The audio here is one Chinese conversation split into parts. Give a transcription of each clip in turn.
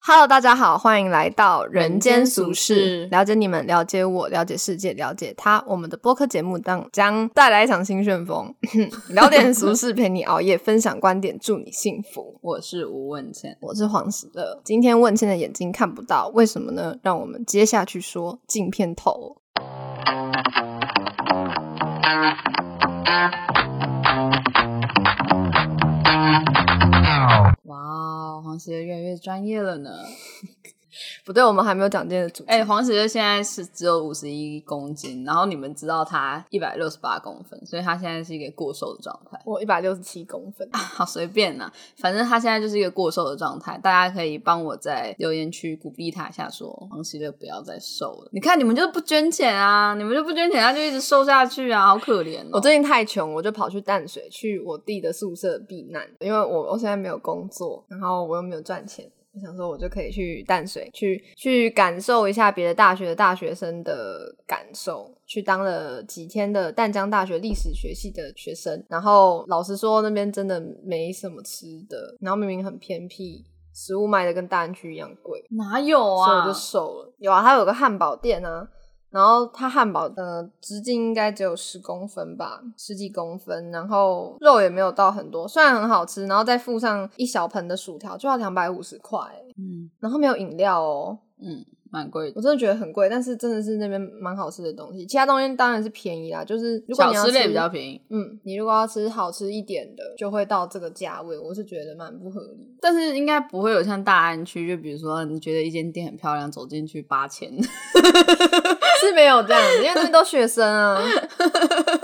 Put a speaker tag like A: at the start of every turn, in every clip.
A: Hello，大家好，欢迎来到人间俗
B: 人
A: 世
B: 间俗，世
A: 了解你们，了解我，了解世界，了解他。我们的播客节目当将带来一场新旋风， 聊点俗事，陪你熬夜，分享观点，祝你幸福。
B: 我是吴问倩，
A: 我是黄喜乐，今天问倩的眼睛看不到，为什么呢？让我们接下去说镜片头。
B: 哇哦，黄喜乐越来越专业了呢。
A: 不对，我们还没有讲今天的主题。
B: 哎、黄喜乐现在是只有五十一公斤，然后你们知道他一百六十八公分，所以他现在是一个过瘦的状态。
A: 我一百六十七公分，
B: 好随便啦，反正他现在就是一个过瘦的状态。大家可以帮我在留言区鼓励他一下说，黄喜乐不要再瘦了。你看你们就不捐钱啊，你们就不捐钱，他就一直瘦下去啊，好可怜、哦。
A: 我最近太穷，我就跑去淡水去我弟的宿舍避难，因为我我现在没有工作，然后我又没有赚钱，我想说我就可以去淡水去去感受一下别的大学的大学生的感受。去当了几天的淡江大学历史学系的学生，然后老实说那边真的没什么吃的，然后明明很偏僻，食物卖的跟大安区一样贵，
B: 哪有
A: 所以
B: 啊？
A: 我就瘦了。有啊，它有个汉堡店啊，然后它汉堡呃直径应该只有十公分吧，十几公分，然后肉也没有到很多，虽然很好吃，然后再附上一小盆的薯条就要两百五十块，
B: 嗯
A: 然后没有饮料哦，
B: 嗯，蛮贵的
A: 我。真的觉得很贵，但是真的是那边蛮好吃的东西，其他东西当然是便宜啦，就是如果
B: 小
A: 你要
B: 吃
A: 吃
B: 类比较便宜，
A: 嗯，你如果要吃好吃一点的，就会到这个价位，我是觉得蛮不合理的。
B: 但是应该不会有像大安区，就比如说你觉得一间店很漂亮，走进去八千，
A: 是没有这样子，因为那边都学生 啊，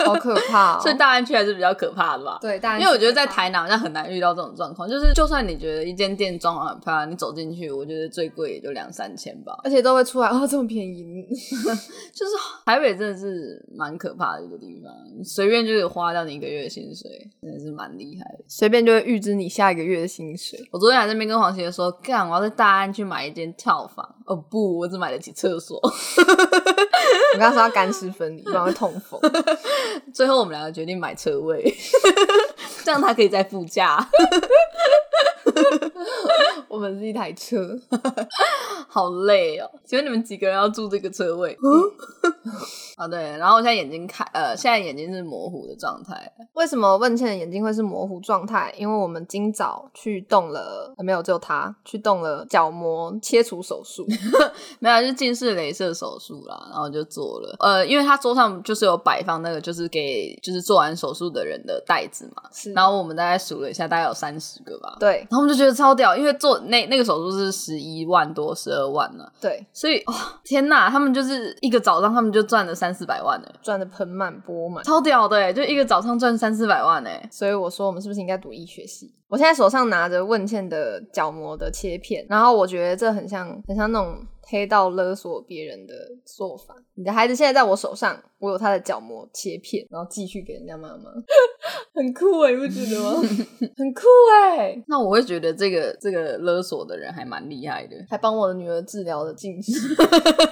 A: 好可怕、哦。
B: 所以大安区还是比较可怕的吧？
A: 对，大家
B: 因为我觉得在台南好像很难遇到这种状况，就是就算你觉得一间店装潢很漂亮，你走进去，我觉得最贵也就两三千吧。
A: 而且都会出来哦，这么便宜，
B: 就是台北真的是蛮可怕的一个地方，你随便就有花掉你一个月的薪水，真的是蛮厉害的。
A: 随便就会预知你下一个月的薪水。
B: 我昨天还在那边跟黄学说，干，我要在大安去买一间跳房。哦不，我只买得起厕所。
A: 我刚刚说要干湿分离，不然会痛 风。
B: 最后我们两个决定买车位， 这样他可以在副驾，
A: 我们是一台车，
B: 好累哦。请问你们几个人要住这个车位？ 啊，对，然后我现在眼睛看，呃，现在眼睛是模糊的状态。
A: 为什么问倩的眼睛会是模糊状态？因为我们今早去动了，呃没有，只有她去动了角膜切除手 术。
B: 没有，就是近视雷射手术啦，然后就做了。呃，因为他桌上就是有摆放那个，就是给就是做完手术的人的袋子嘛。
A: 是
B: 然后我们大概数了一下，大概有三十个吧。
A: 对
B: 然后我们就觉得超屌，因为做那那个手术是十一万多、十二万呢、
A: 对，
B: 所以哇、天呐，他们就是一个早上，他们就赚了三四百万呢、
A: 赚的盆满钵满。
B: 超屌的、欸，就一个早上赚三四百万呢、
A: 所以我说，我们是不是应该读医学系？我现在手上拿着问倩的角膜的切片，然后我觉得这很像，很像那种黑道勒索别人的做法。你的孩子现在在我手上，我有他的角膜切片，然后寄去给人家妈妈， 很酷哎、你不觉得吗？ 很酷哎、
B: 那我会觉得这个这个勒索的人还蛮厉害的，
A: 还帮我的女儿治疗了近视，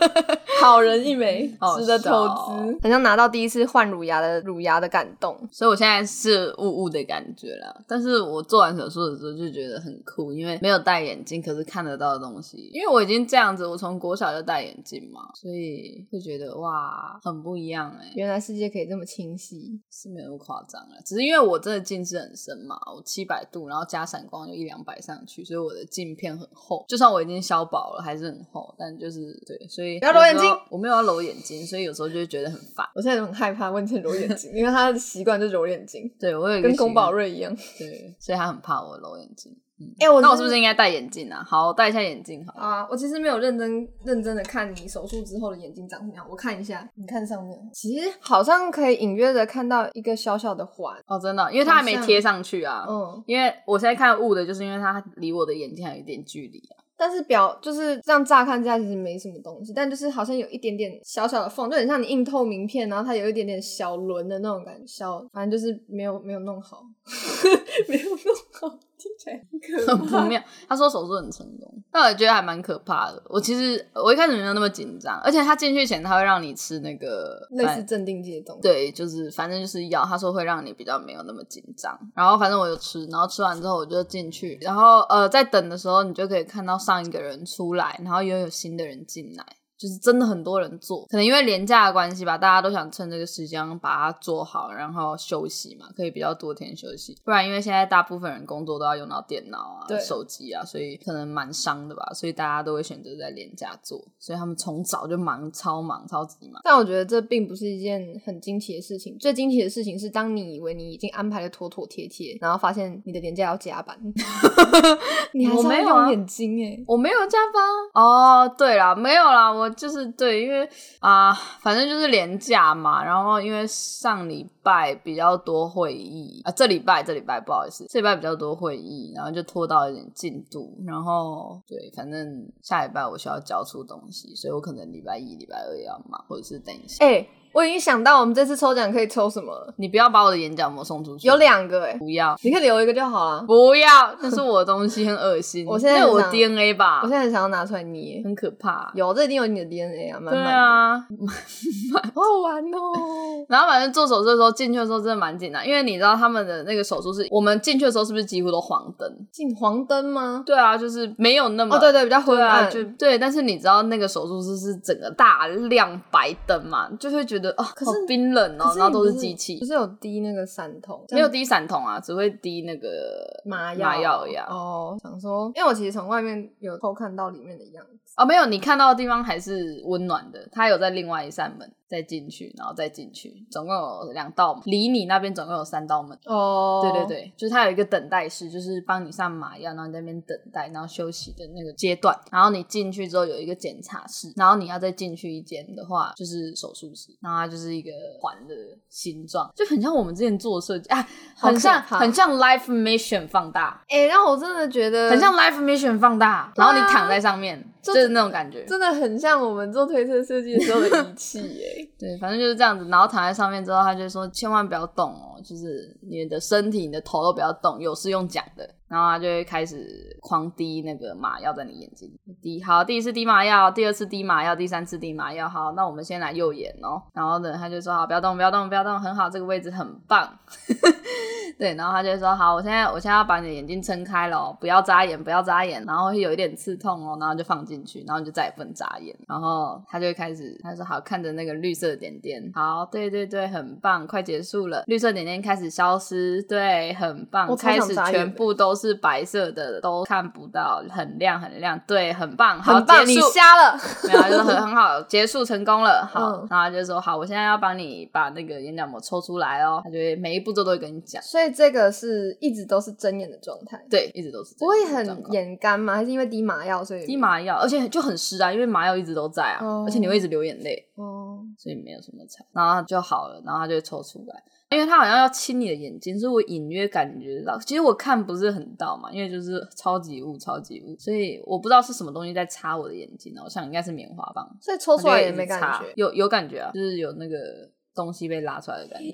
A: 好人一枚，
B: 好
A: 值得投资
B: 笑，哦
A: 很像拿到第一次换乳牙的乳牙的感动。
B: 所以我现在是雾雾的感觉啦。但是我做完手术的时候就觉得很酷，因为没有戴眼镜，可是看得到的东西。因为我已经这样子，我从国小就戴眼镜嘛，所以会觉得哇，很不一样哎、
A: 原来世界可以这么清晰，
B: 是没有那么夸张了，只是因为我真的近视很深嘛，我七百度，然后加散光就一两百上去，所以我的镜片很厚。就算我已经消薄了，还是很厚。但就是对，所以
A: 不要揉眼睛
B: 有时候，我没有要揉眼睛，所以有时候就会觉得很烦。
A: 我现在很害怕问倩揉眼睛，因为她的习惯就是揉眼 睛，
B: 对我有一个
A: 跟宫保
B: 习
A: 瑞一样。
B: 惯对，所以他很怕我揉眼睛。嗯，
A: 哎、我
B: 那我
A: 真
B: 是不是应该戴眼镜啊？好，我戴一下眼镜好了。
A: 啊？我其实没有认真认真的看你手术之后的眼睛长什么样，我看一下，你看上面，其实好像可以隐约的看到一个小小的环，
B: 哦，真的，因为它还没
A: 好像
B: 贴上去啊。
A: 嗯，
B: 因为我现在看雾的，就是因为它离我的眼睛还有一点距离啊。
A: 但是表就是这样乍看之下其实没什么东西，但就是好像有一点点小小的缝，就很像你印透明片，然后它有一点点 小轮的那种感觉，小反正就是没有没有弄好，没有弄好，
C: 听起来很可
B: 很
C: 怕
B: 不妙。他说手术很成功，但我觉得还蛮可怕的。我其实我一开始没有那么紧张，而且他进去前他会让你吃那个
A: 类
B: 反
A: 似镇定剂的东西。
B: 对，就是反正就是药，他说会让你比较没有那么紧张。然后反正我有吃，然后吃完之后我就进去，然后呃在等的时候，你就可以看到上一个人出来，然后又有新的人进来。就是真的很多人做，可能因为廉价的关系吧，大家都想趁这个时间把它做好，然后休息嘛，可以比较多天休息。不然因为现在大部分人工作都要用到电脑啊、
A: 对
B: 手机啊，所以可能蛮伤的吧。所以大家都会选择在廉价做，所以他们从早就忙，超忙，超级忙。
A: 但我觉得这并不是一件很惊奇的事情，最惊奇的事情是，当你以为你已经安排的妥妥帖帖，然后发现你的年假要加班， 你还
B: 我
A: 是
B: 没
A: 要
B: 有啊
A: 用眼睛哎、
B: 我没有加班哦。对啦，没有啦，我就是对，因为啊、反正就是连假嘛。然后因为上礼拜比较多会议啊，这礼拜这礼拜不好意思，这礼拜比较多会议，然后就拖到一点进度。然后对，反正下礼拜我需要交出东西，所以我可能礼拜一、礼拜二也要忙，或者是等一下。
A: 哎、我已经想到我们这次抽奖可以抽什么了，
B: 你不要把我的眼角膜送出去，
A: 有两个哎、
B: 不要
A: 你可以留一个就好了。
B: 不要，那是我的东西，很恶心。
A: 我现在
B: 那我
A: 想
B: DNA 吧，
A: 我现在很想要拿出来捏，
B: 很可怕。
A: 有这一定有你的 DNA 啊，满
B: 对
A: 满的，
B: 啊，
A: 好好玩 哦。
B: 然后反正做手术的时候进去的时候真的蛮紧张，因为你知道他们的那个手术室，我们进去的时候是不是几乎都黄灯？
A: 进黄灯吗？
B: 对啊，就是没有那么
A: 哦，对对，比较昏
B: 对啊，
A: 暗，
B: 就对。但是你知道那个手术室是整个大亮白灯嘛，就会觉得哦，
A: 可是
B: 好冰冷
A: 可
B: 哦，
A: 是
B: 然后都
A: 你
B: 是
A: 不
B: 机器
A: 不，是有滴那个散筒，
B: 没有滴散筒啊，只会滴那个
A: 麻药
B: 麻药呀。哦
A: 哦，想说，因为我其实从外面有偷看到里面的样子，
B: 哦没有，你看到的地方还是温暖的，它有在另外一扇门再进去，然后再进去，总共有两道门，离你那边总共有三道门。
A: 哦
B: 对对，对，就是它有一个等待室，就是帮你上麻药，然后你在那边等待，然后休息的那个阶段。然后你进去之后有一个检查室，然后你要再进去一间的话，就是手术室，然后它就是一个环的形状，就很像我们之前做的设计啊，
A: 好
B: 很像
A: 可怕
B: 很像 Life Mission 放大，
A: 哎、让我真的觉得
B: 很像 Life Mission 放大，
A: 对
B: 然
A: 呃啊
B: 后你躺在上面，
A: 就
B: 就是那种感觉。
A: 真的很像我们做推测设计的时候的仪器耶。
B: 对，反正就是这样子。然后躺在上面之后，他就说千万不要动哦，就是你的身体、你的头都不要动，有是用讲的。然后他就会开始狂滴那个麻药在你眼睛，滴好，第一次滴麻药，第二次滴麻药，第三次滴麻药。好，那我们先来右眼哦。然后呢，他就说好，不要动，不要动，不要动，很好，这个位置很棒。 对，然后他就说好，我现在我现在要把你的眼睛撑开了哦，不要眨眼，不要眨眼，然后会有一点刺痛哦，然后就放进去，然后你就再也不能眨眼，然后他就会开始，他说好，看着那个绿色的点点，好，对对对，很棒，快结束了，绿色点点开始消失，对，很棒，
A: 我超想
B: 开始
A: 眨眼
B: 全部都是白色的，都看不到，很亮很亮，对，很棒， 好，
A: 很棒，
B: 结
A: 你
B: 束
A: 瞎了。
B: 没有，就是很很好，结束成 功了。好，
A: 嗯
B: 然后他就说好，我现在要帮你把那个眼角膜抽出来哦。他就会每一步骤都会跟你讲，
A: 所以这个是一直都是睁眼的状态，
B: 对，一直都是这
A: 不
B: 样
A: 会
B: 的状
A: 很
B: 况
A: 眼干吗？还是因为滴麻药所以
B: 滴？麻药，而且就很湿啊，因为麻药一直都在啊，
A: 哦
B: 而且你会一直流眼泪，
A: 哦，
B: 所以没有什么差。然后就好了，然后他就会抽出来。因为他好像要亲你的眼睛，所以我隐约感觉到，其实我看不是很到嘛，因为就是超级雾，超级雾，所以我不知道是什么东西在插我的眼睛啊。我想应该是棉花棒，
A: 所以抽出来也没
B: 它
A: 感
B: 就会
A: 觉
B: 一直插。有有感觉啊，就是有那个东西被拉出来的感觉，
A: 哟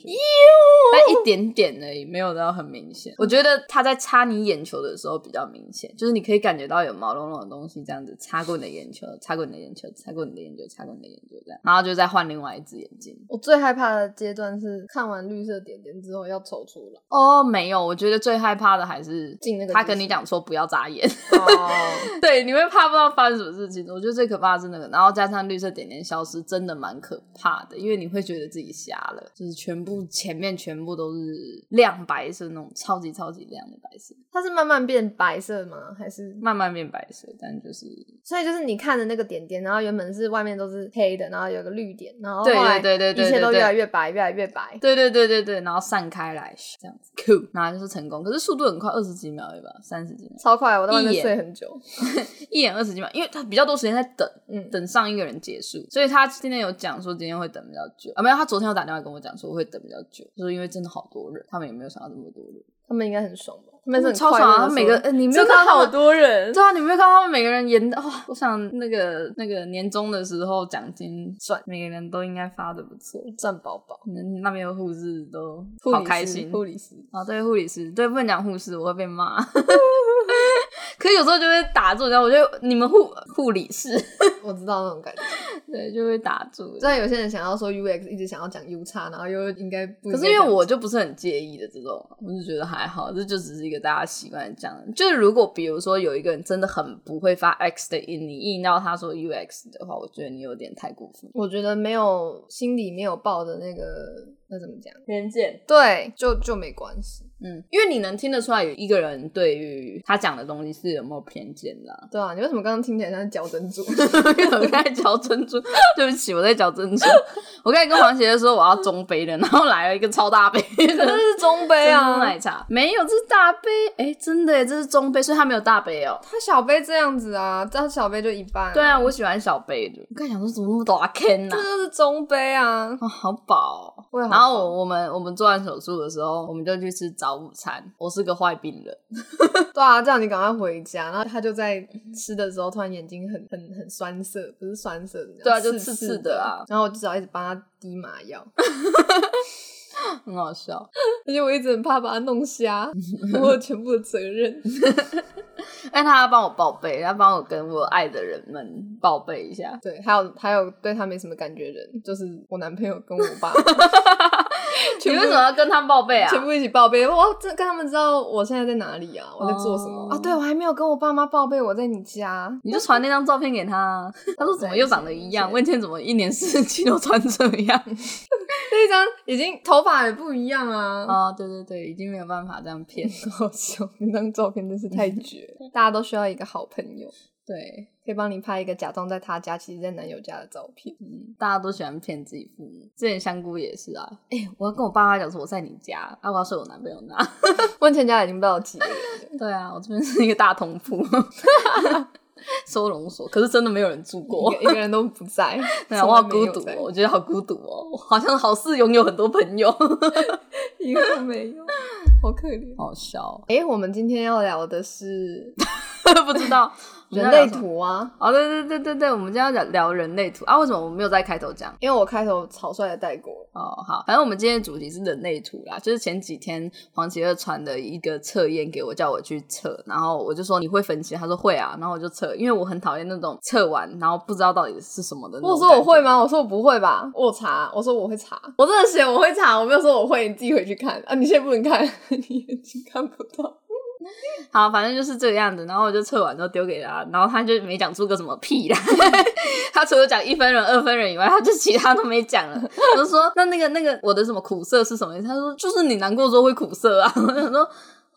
B: 但一点点而已，没有到很明显。我觉得它在插你眼球的时候比较明显，就是你可以感觉到有毛茸茸的东西这样子插过你的眼球，插过你的眼球，插过你的眼球，插过你的眼球这样，然后就再换另外一只眼睛。
A: 我最害怕的阶段是看完绿色点点之后要抽出来，
B: 哦，没有，我觉得最害怕的还是
A: 进那个
B: 他
A: 机
B: 跟
A: 器
B: 你讲说不要眨眼。
A: 哦，
B: 对，你会怕不知道发生什么事情。我觉得最可怕的是那个，然后加上绿色点点消失，真的蛮可怕的，因为你会觉得自己瞎了，就是全部前面全部都是亮白色那种超级超级亮的白色，
A: 它是慢慢变白色吗？还是
B: 慢慢变白色，但就是
A: 所以就是你看的那个点点，然后原本是外面都是黑的，然后有个绿点，然后
B: 对
A: 后来
B: 对对对对
A: 一切都
B: 对对
A: 越来越白，越来越白。
B: 对对对对对，然后散开来这样子，酷，然后就是成功，可是速度很快，二十几秒对吧？三十几秒，
A: 超快，我在外
B: 一
A: 面
B: 眼
A: 睡很久。
B: 一眼二十几秒，因为他比较多时间在等。
A: 嗯，
B: 等上一个人结束，所以他今天有讲说今天会等比较久啊，没有，他昨天有打电话跟我讲说会等比较久，就是因为真的好多人，他们也没有想到这么多人。
A: 他们应该很爽吧？他们是很
B: 超
A: 快
B: 爽
A: 乐
B: 啊！
A: 地
B: 每
A: 说
B: 个、呃你没有
A: 真的
B: 看到
A: 好
B: 我
A: 多人
B: 对啊，你没有看到他们每个人演的哇、我想那个那个年终的时候奖金
A: 赚，
B: 每个人都应该发的不错。
A: 赚宝宝，
B: 可能那边的护士都
A: 护
B: 好
A: 理
B: 开
A: 师
B: 心
A: 护理 师
B: 啊！对护理师，对不能讲护士，我会 被骂。可是有时候就会打住，然后我就你们护护理师，
A: 我知道那种感觉。
B: 对，就会打住
A: 虽。然有些人想要说 UX 一直想要讲 U 叉，然后又应该不应
B: 可
A: 该
B: 是因为我就不是很介意的这种，我就觉得还好，这就只是一个大家习惯这样。就是如果比如说有一个人真的很不会发 X 的音，你硬要他说 UX 的话，我觉得你有点太过分。
A: 我觉得没有心里没有抱的那个那怎么讲？
B: 偏见，
A: 对，就就没关系。
B: 嗯，因为你能听得出来，有一个人对于他讲的东西是有没有偏见的啊、
A: 对啊，你为什么刚刚听起来像矫正组？
B: 因为我在嚼珍珠，对不起，我在嚼珍珠。我刚才跟黄姐姐说我要中杯的，然后来了一个超大杯
A: 可
B: 的。
A: 是 中杯
B: 珍珠
A: 啊，
B: 奶茶没有，这是大杯，哎，真的耶，这是中杯，所以它没有大杯哦。
A: 它小杯这样子啊，这样小杯就一半、
B: 对啊，我喜欢小杯的。我刚才想说怎么那么大坑呐、
A: 这
B: 啊？
A: 就是中杯啊。
B: 好饱、哦。
A: 我也好
B: 然后我我们我们做完手术的时候，我们就去吃早午餐。我是个坏病人，
A: 对啊，这样你赶快回家。然后他就在吃的时候，突然眼睛很很很酸涩，不是酸涩，
B: 对啊就
A: 刺
B: 刺刺
A: 刺
B: 的啊
A: 然后我就只好一直帮他滴麻药，
B: 很好笑。
A: 而且我一直很怕把他弄瞎，我有全部的责任。
B: 哎，他帮我报备，他帮我跟我爱的人们报备一下。
A: 对，还有还有对他没什么感觉的人，就是我男朋友跟我 爸，
B: 你
A: 全
B: 为
A: 部
B: 什么要跟他报备啊？
A: 全部一起报备。我这跟他们知道我现在在哪里啊，我在做什么、
B: 哦
A: 啊？对，我还没有跟我爸妈报备我在你家。
B: 你就传那张照片给他 啊，他说怎么又长得一样？
A: 对
B: 问天怎么一年四季都穿这样？
A: 那一张已经头发也不一样啊。
B: 啊、对对对，已经没有办法这样骗。
A: 好笑，那张照片真是太 绝了。大家都需要一个好朋友，
B: 对，
A: 可以帮你拍一个假装在他家，其实在男友家的照片。
B: 嗯，大家都喜欢骗自己父母。之前香菇也是啊，哎、我要跟我爸妈讲说我在你家，啊，我要睡我男朋友那。
A: 问全家已经不知道几个人了，
B: 对啊，我这边是一个大通 铺。收容所，可是真的没有人住过
A: 一。个一个人都不 在
B: ，对啊，我好
A: 从来没
B: 孤
A: 有
B: 独
A: 在
B: 哦，我觉得好孤独哦，我好像好似拥有很多朋友，
A: 一个都没有， 好可怜。
B: 好笑哦，
A: 哎、我们今天要聊的 是
B: 不知道
A: 人类
B: 图。
A: 图啊，
B: 哦，对对对对对，我们今天要聊聊人类图啊，为什么我没有在开头讲？
A: 因为我开头草率的带过，
B: 哦，好，反正我们今天的主题是人类图啦，就是前几天黄奇乐传的一个测验给我，叫我去测，然后我就说你会分析，他说会啊，然后我就测，因为我很讨厌那种测完然后不知道到底是什么的那
A: 我
B: 种。
A: 说我会？吗？我说我不会吧，我有查，我说我会查，我真的写我会查，我没有说我会，你自己回去看啊，你现在不能看， 你眼睛看不到。
B: 好，反正就是这个样子，然后我就测完之后丢给他，然后他就没讲出个什么屁来， 他除了讲一分人、二分人以外，他就其他都没讲了。我就说那那个那个我的什么苦涩是什么意思？他说就是你难过的时候会苦涩啊。 我想说。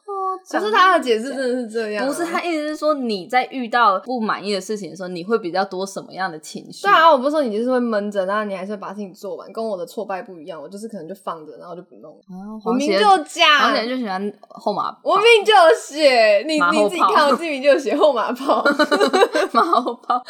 B: 哦，
A: 可
B: 讲
A: 是他的解释真的是这样啊、
B: 不是，他意思是说你在遇到不满意的事情的时候，你会比较多什么样的情绪？
A: 对啊，我不是说你就是会闷着，然后你还是会把事情做完，跟我的挫败不一样，我就是可能就放着，然后就不弄。
B: 啊，
A: 我
B: 黄
A: 哦明
B: 杰，
A: 就
B: 黄
A: 讲，
B: 杰就喜欢后马，
A: 我明就有写，你
B: 马后
A: 你自己看，
B: 炮
A: 我自己明就有写后马 炮，
B: 马后炮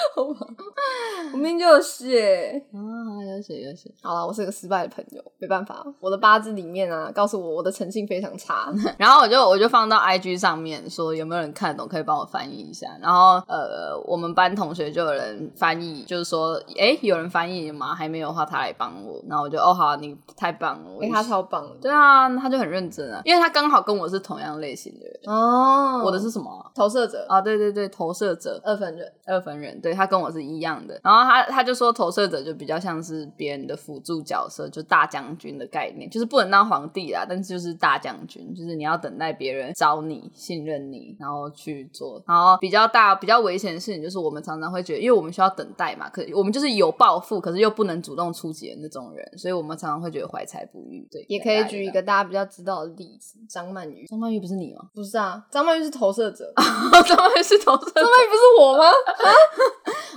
A: 我明就有写。
B: 啊，有写有写。
A: 好了，我是个失败的朋友，没办法，我的八字里面啊，告诉我我的诚信非常 差。
B: 然后我就我就放到 IG 上面说有没有人看得懂，可以帮我翻译一下。然后呃，我们班同学就有人翻译，就是说，诶，有人翻译吗？还没有的话，他来帮我。然后我就哦好啊，你太棒了，我
A: 哎、他超棒的
B: 对啊，他就很认真啊，因为他刚好跟我是同样类型的人。
A: 哦
B: 我的是什么啊？
A: 投射者，
B: 啊，对对对，投射者，
A: 二分人，
B: 二分人，对他跟我是一样的。然后他他就说，投射者就比较像是别人的辅助角色，就大将军的概念，就是不能当皇帝啦，但是就是大将军，就是你要等待别人找你、信任你，然后去做。然后比较大、比较危险的事情，就是我们常常会觉得，因为我们需要等待嘛，可我们就是有抱负，可是又不能主动出击的那种人，所以我们常常会觉得怀才不遇。对，
A: 也可以举一
B: 大概
A: 个大家比较知道的例子，张曼玉。
B: 张曼玉不是你 吗？
A: 不是啊，张曼玉是投射者，
B: 张曼玉是投射者
A: 张曼玉不是我吗？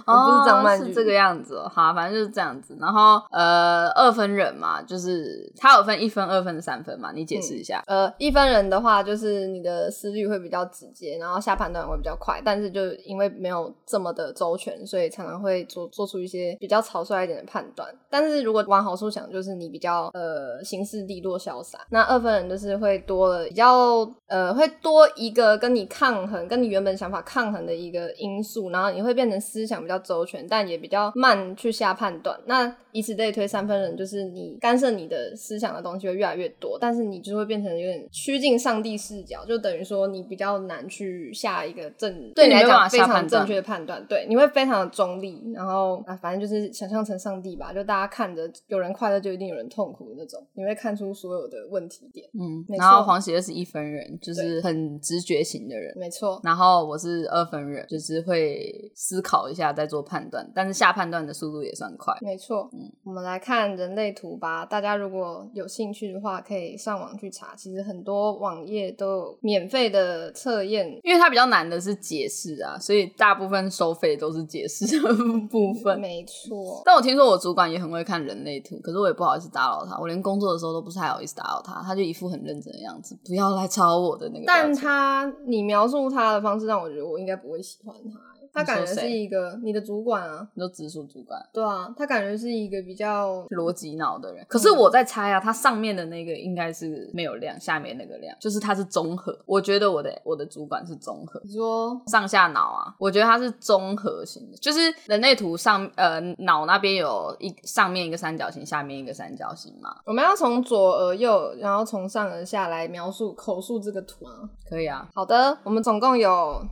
A: 我不是张曼
B: 哦是
A: 玉
B: 这个样子、哦，好，反正就是这样子。然后呃，二分人嘛，就是它有分一分、二分、三分嘛，你解释一下。
A: 呃，一分人的话，就是你的思虑会比较直接，然后下判断会比较快，但是就因为没有这么的周全，所以常常会做做出一些比较草率一点的判断。但是如果往好处想，就是你比较呃行事利落潇洒。那二分人就是会多了比较呃会多一个跟你抗衡，跟你原本想法抗衡的一个因素，然后你会变成思想比较周全，但也比较慢去下判断。那以此类推，三分人就是你干涉你的思想的东西会越来越多，但是你就会变成有点趋近上帝视角，就等于说你比较难去下一个正对你来
B: 没办法
A: 讲非
B: 下
A: 常
B: 判
A: 正
B: 断
A: 确的判断，对，你会非常的中立，然后啊，反正就是想象成上帝吧，就大家看着有人快乐就一定有人痛苦的那种，你会看出所有的问题点，
B: 嗯
A: 没，错
B: 然后黄喜乐是一分人，就是很直觉型的人。
A: 没错，
B: 然后我是二分人，就是会思考一下再做判断，但是下判断的速度也算快。
A: 没错，
B: 嗯
A: 我们来看人类图吧。大家如果有兴趣的话，可以上网去查。其实很多网页都有免费的测验，
B: 因为它比较难的是解释啊，所以大部分收费都是解释的 部分。
A: 没错，
B: 但我听说我主管也很会看人类图，可是我也不好意思打扰他，我连工作的时候都不太好意思打扰他，他就一副很认真的样子，不要来吵我的那个表
A: 但
B: 情。
A: 他你描述他的方式让我觉得我应该不会喜欢他。他
B: 你说
A: 感觉是
B: 谁
A: 一个你的主管啊，
B: 你就直属主管
A: 对啊，他感觉是一个比较
B: 逻辑脑的人，可是我在猜啊，他上面的那个应该是没有量，下面那个量就是他是综合。我觉得我的我的主管是综合，
A: 你说
B: 上下脑啊，我觉得它是综合型的，就是人类图上呃脑那边有一上面一个三角形，下面一个三角形嘛，
A: 我们要从左而右，然后从上而下来描述口述这个图啊。
B: 可以啊，
A: 好的，我们总共有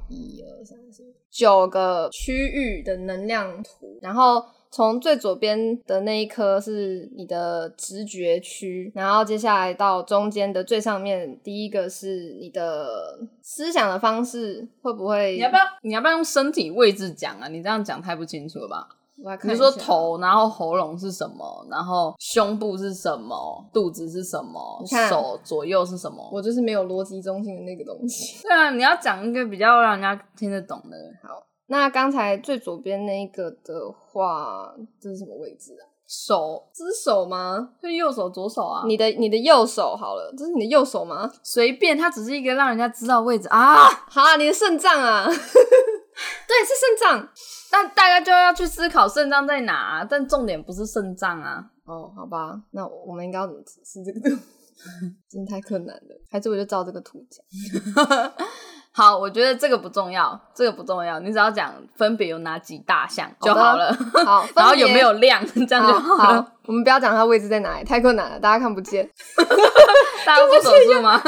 A: 一二三四九个区域的能量图，然后从最左边的那一颗是你的直觉区，然后接下来到中间的最上面，第一个是你的思想的方式会不会？
B: 你要不要你要不要用身体位置讲啊？你这样讲太不清楚了吧？
A: 我来
B: 你
A: 看一
B: 就
A: 下
B: 说，头，然后喉咙是什么，然后胸部是什么，肚子是什么
A: 你，看
B: 手左右是什么？
A: 我就是没有逻辑中心的那个东西。
B: 对啊，你要讲一个比较让人家听得懂的
A: 那刚才最左边那一个的话，这是什么位置啊？
B: 手，
A: 这是手吗？
B: 就右手左手啊，
A: 你的你的右手好了，这是你的右手吗？
B: 随便，它只是一个让人家知道位置啊。
A: 好啊，你的肾脏 啊，对，是肾脏。
B: 但大家就要去思考肾脏在哪、啊但重点不是肾脏啊。
A: 哦，好吧，那我们应该要怎么解释这个 图？真的太困难了，还是我就照这个图讲。
B: 好，我觉得这个不重要，这个不重要，你只要讲分别有哪几大项
A: 好的
B: 就好了。
A: 好，
B: 然后
A: 分别
B: 有没有量，这样就
A: 好
B: 好 了。
A: 好，我们不要讲它位置在哪里，太困难了，大家看不见。
B: 大家做手术吗？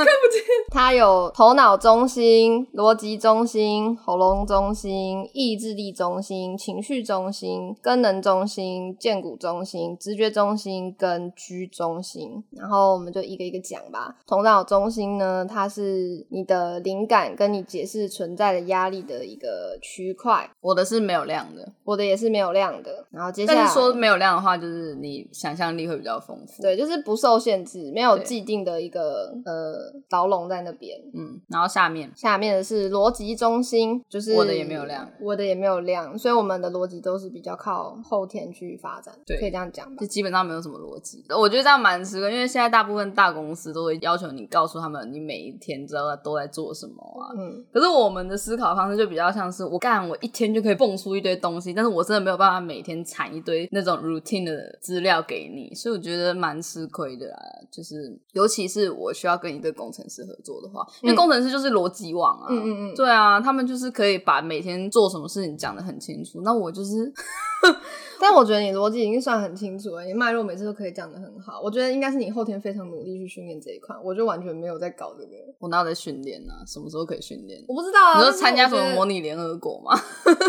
A: 它有头脑中心、逻辑中心、喉咙中心、意志力中心、情绪中心、根能中心、荐骨中心、直觉中心跟居中心。然后我们就一个一个讲吧。头脑中心呢，它是你的灵感跟你解释存在的压力的一个区块。
B: 我的是没有量的，
A: 我的也是没有量的。然后接下来
B: 但是说没有量的话，就是你想象力会比较丰富。，
A: 对，就是不受限制，没有
B: 对
A: 既定的一个呃牢笼在那边。
B: 嗯，然后下面
A: 下面的是逻辑中心，就是
B: 我的也没有量，
A: 我的也没有量，所以我们的逻辑都是比较靠后天去发展，
B: 对
A: 可以这样讲吧
B: 就。基本上没有什么逻辑。我觉得这样蛮吃亏，因为现在大部分大公司都会要求你告诉他们你每一天知道都在做什么啊，
A: 嗯，
B: 可是我们的思考方式就比较像是我干，我一天就可以蹦出一堆东西，但是我真的没有办法每天产一堆那种 routine 的资料给你，所以我觉得蛮吃亏的啦。就是尤其是我需要跟一个工程师合作的话，因为
A: 嗯
B: 工程师就是逻辑网啊，
A: 嗯嗯嗯
B: 对啊，他们就是可以把每天做什么事情讲得很清楚。那我就是
A: 但我觉得你逻辑已经算很清楚了，你脉络每次都可以讲的很好。我觉得应该是你后天非常努力去训练这一块，我就完全没有在搞这个，
B: 我哪有在训练啊？什么时候可以训练？
A: 我不知道啊。
B: 你说
A: 但是
B: 参加什
A: 我觉
B: 么
A: 得
B: 模？拟联合 国吗？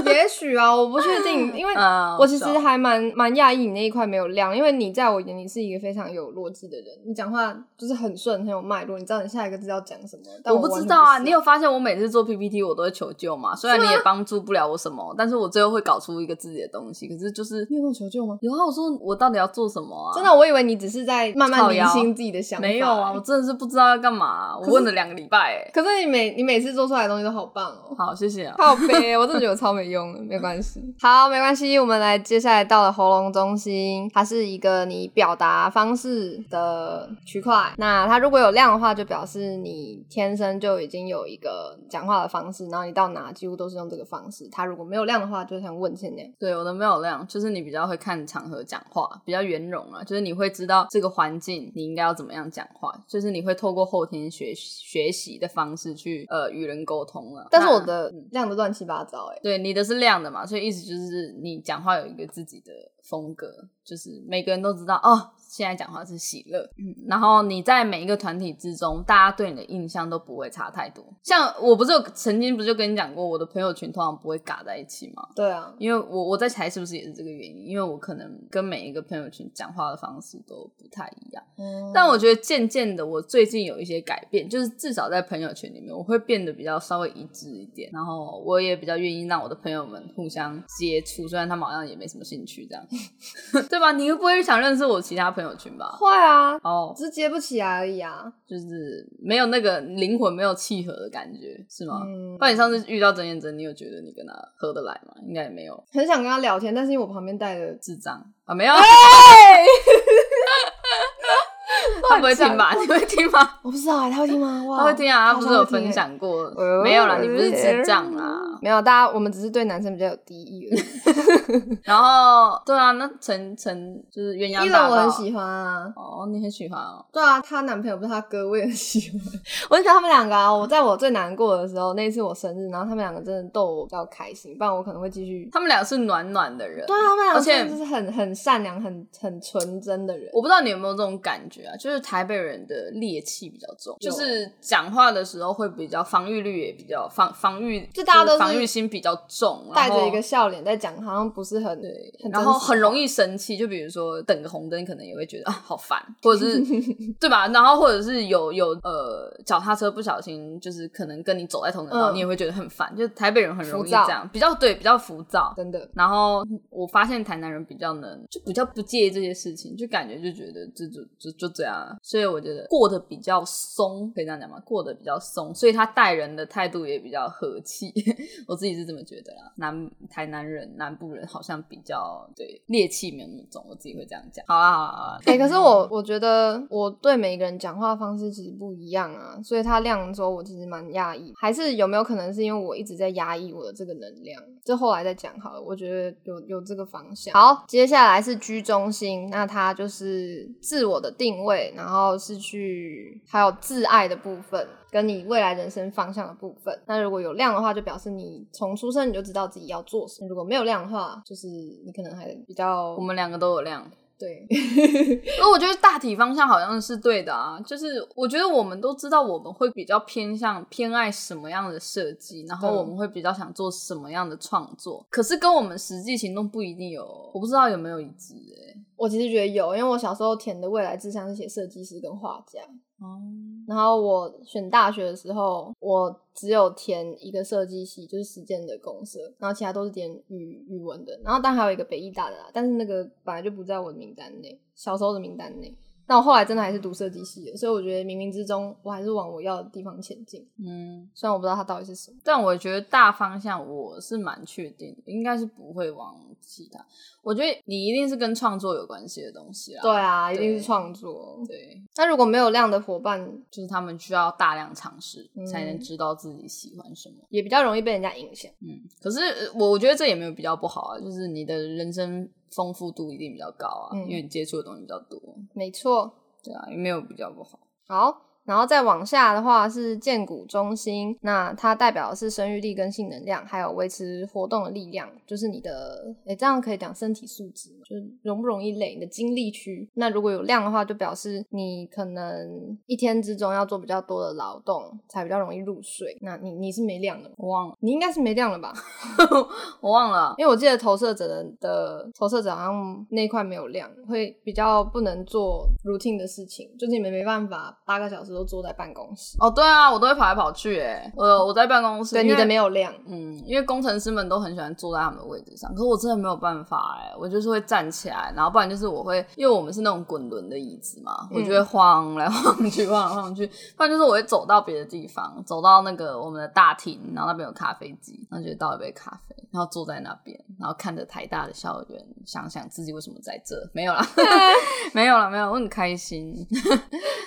A: 也许啊，我不确 定，因为
B: 啊，
A: 我其实
B: 知道
A: 还蛮蛮讶异你那一块没有亮，因为你在我眼里是一个非常有逻辑的人，你讲话就是很顺，很有脉络，你知道你下一个字要讲什么。但
B: 我
A: 我
B: 不
A: 完
B: 知
A: 全
B: 道啊，
A: 是
B: 你有发现
A: 啊
B: 我每次做 PPT 我都会求救嘛？虽然你也帮助不了我什么，但是我最后会搞出一个自己的东西。可是就是你有跟我求救吗？有啊，我说我到底要做什么啊？
A: 真的，我以为你只是在慢慢
B: 靠
A: 理
B: 腰
A: 清自己的想法。欸
B: 没有啊，我真的是不知道要干嘛啊、我
A: 可是
B: 问了两个礼拜、欸。
A: 可是你每你每次做出来的东西都好棒 哦。
B: 好，谢谢啊。
A: 靠背，我真的觉得我超没用的，没关系。 好，没关系，我们来接下来到了喉咙中心，它是一个你表达方式的区块。那它如果有量的话，就表示你天生就已经有一个讲话的方式，然后你到哪几乎都是用这个方式。它如果没有量的话，就像问倩那样。
B: 对，我的没有量，就是你比较会看场合讲话，比较圆融啊，就是你会知道这个环境你应该要怎么样讲话，就是你会透过后天学学习的方式去呃与人沟通了、
A: 但是
B: 那
A: 我的量的乱七八糟、欸，
B: 对你的是亮的嘛，所以意思就是你讲话有一个自己的风格，就是每个人都知道哦，现在讲话是喜乐，嗯，然后你在每一个团体之中，大家对你的印象都不会差太多。像我不是有曾经不是就跟你讲过，我的朋友群通常不会嘎在一起吗？
A: 对啊，
B: 因为我我在猜是不是也是这个原因，因为我可能跟每一个朋友群讲话的方式都不太一样。但我觉得渐渐的，我最近有一些改变，就是至少在朋友圈里面，我会变得比较稍微一致一点，然后我也比较愿意让我的朋友们互相接触，虽然他们好像也没什么兴趣这样， 对吧？你又不会想认识我其他朋友群吧？
A: 会啊，
B: 哦、
A: 只是接不起来而已啊。
B: 就是没有那个灵魂没有契合的感觉，是吗？
A: 嗯
B: 不，然你上次遇到曾彦真，你有觉得你跟他合得来吗？应该也没有，
A: 很想跟他聊天，但是因为我旁边带的，
B: 智障 啊，没有。他不会听吧？你会听吗？
A: 我不知道哎、他会听 吗？哇，
B: 他会听啊，他不是有分
A: 他
B: 享过
A: 好像会听欸？？
B: 没有啦，你不是智障
A: 哦
B: 啦。
A: 没有，大家我们只是对男生比较有敌意 而已。
B: 然后，对啊，那陈陈就是鸳鸯
A: 一
B: 大
A: 人
B: 道
A: 我很喜欢啊，
B: 哦，你很喜欢哦。
A: 对啊，她男朋友不是她哥，我也很喜欢。 我很喜欢他们两个啊。我在我最难过的时候，那一次我生日，然后他们两个真的逗我比较开心，不然我可能会继续。
B: 他们俩是暖暖的人，
A: 对啊，他们两个
B: 而且
A: 真的就是很很善良、很很纯真的人。
B: 我不知道你有没有这种感觉啊，就是台北人的戾气比较重，
A: 有
B: 就是讲话的时候会比较防御率也比较防防御，
A: 就大家都是
B: 是防御心比较重，
A: 带
B: 然
A: 着
B: 后
A: 一个笑脸在讲，好像不是很对很
B: 然后
A: 真实
B: 很容易生气，就比如说等个红灯，可能也会觉得啊 好烦，或者是对吧？然后或者是有有呃脚踏车不小心，就是可能跟你走在同一条道，
A: 嗯
B: 你也会觉得很烦。就台北人很容易
A: 浮
B: 这
A: 躁
B: 样，比较对，比较浮躁。
A: 真的。
B: 然后我发现台南人比较能，就比较不介意这些事情，就感觉就觉得这就就就这样啊，所以我觉得过得比较松，可以这样讲吗？过得比较松，所以他待人的态度也比较和气， 我自己是这么觉得啦。南台南人、南部人好像比较对戾气没有那么重，我自己会这样讲。好啦好啦好啦，
A: 哎、可是我我觉得我对每个人讲话方式其实不一样啊，所以他亮的时候我其实蛮压抑，还是有没有可能是因为我一直在压抑我的这个能量？这后来再讲好了，我觉得有有这个方向。好，接下来是居中心，那它就是自我的定位，然后是去还有自爱的部分。跟你未来人生方向的部分，那如果有亮的话，就表示你从出生你就知道自己要做什么；如果没有亮的话，就是你可能还比较
B: 我们两个都有量。
A: 对
B: 那我觉得大体方向好像是对的啊，就是我觉得我们都知道我们会比较偏向偏爱什么样的设计，然后
A: 对
B: 我们会比较想做什么样的创作，可是跟我们实际行动不一定有，我不知道有没有一致哎、
A: 我其实觉得有，因为我小时候填的未来志向是写设计师跟画家，
B: 哦，
A: 然后我选大学的时候，我只有填一个设计系，就是实践的公社，然后其他都是填语语文的，然后当然还有一个北艺大的啦，但是那个本来就不在我的名单内，小时候的名单内。那我后来真的还是读设计系的，所以我觉得冥冥之中我还是往我要的地方前进，
B: 嗯，
A: 虽然我不知道它到底是什么。
B: 但我觉得大方向我是蛮确定的，应该是不会往其他，我觉得你一定是跟创作有关系的东西啦，
A: 对啊，一定是
B: 对
A: 创作。
B: 对，
A: 那如果没有亮的伙伴，
B: 就是他们需要大量尝试
A: 嗯
B: 才能知道自己喜欢什么。
A: 也比较容易被人家影响。
B: 嗯，可是呃我我觉得这也没有比较不好啊，就是你的人生丰富度一定比较高啊，
A: 嗯
B: 因为你接触的东西比较多，
A: 没错，
B: 对啊，也没有比较不好。
A: 好，然后再往下的话是建骨中心，那它代表的是生育力跟性能量，还有维持活动的力量，就是你的，诶、这样可以讲身体素质吗，就是容不容易累，你的精力区。那如果有量的话，就表示你可能一天之中要做比较多的劳动，才比较容易入睡。那你你是没量的吗，
B: 我忘了，
A: 你应该是没量了吧？
B: 我忘了，
A: 因为我记得投射者的的投射者好像那一块没有量，会比较不能做 routine 的事情，就是你们没办法八个小时都坐在办公室。
B: 哦，对啊，我都会跑来跑去、欸，哎，我我在办公室，
A: 对，你
B: 因为
A: 的没有亮，
B: 嗯，因为工程师们都很喜欢坐在他们的位置上，可是我真的没有办法哎、我就是会站起来，然后不然就是我会，因为我们是那种滚轮的椅子嘛，我就会晃来晃去，晃来晃去，不然就是我会走到别的地方，走到那个我们的大厅，然后那边有咖啡机，然后就倒一杯咖啡，然后坐在那边，然后看着台大的校园，想想自己为什么在这，没有啦， 没有啦，没有，我很开心。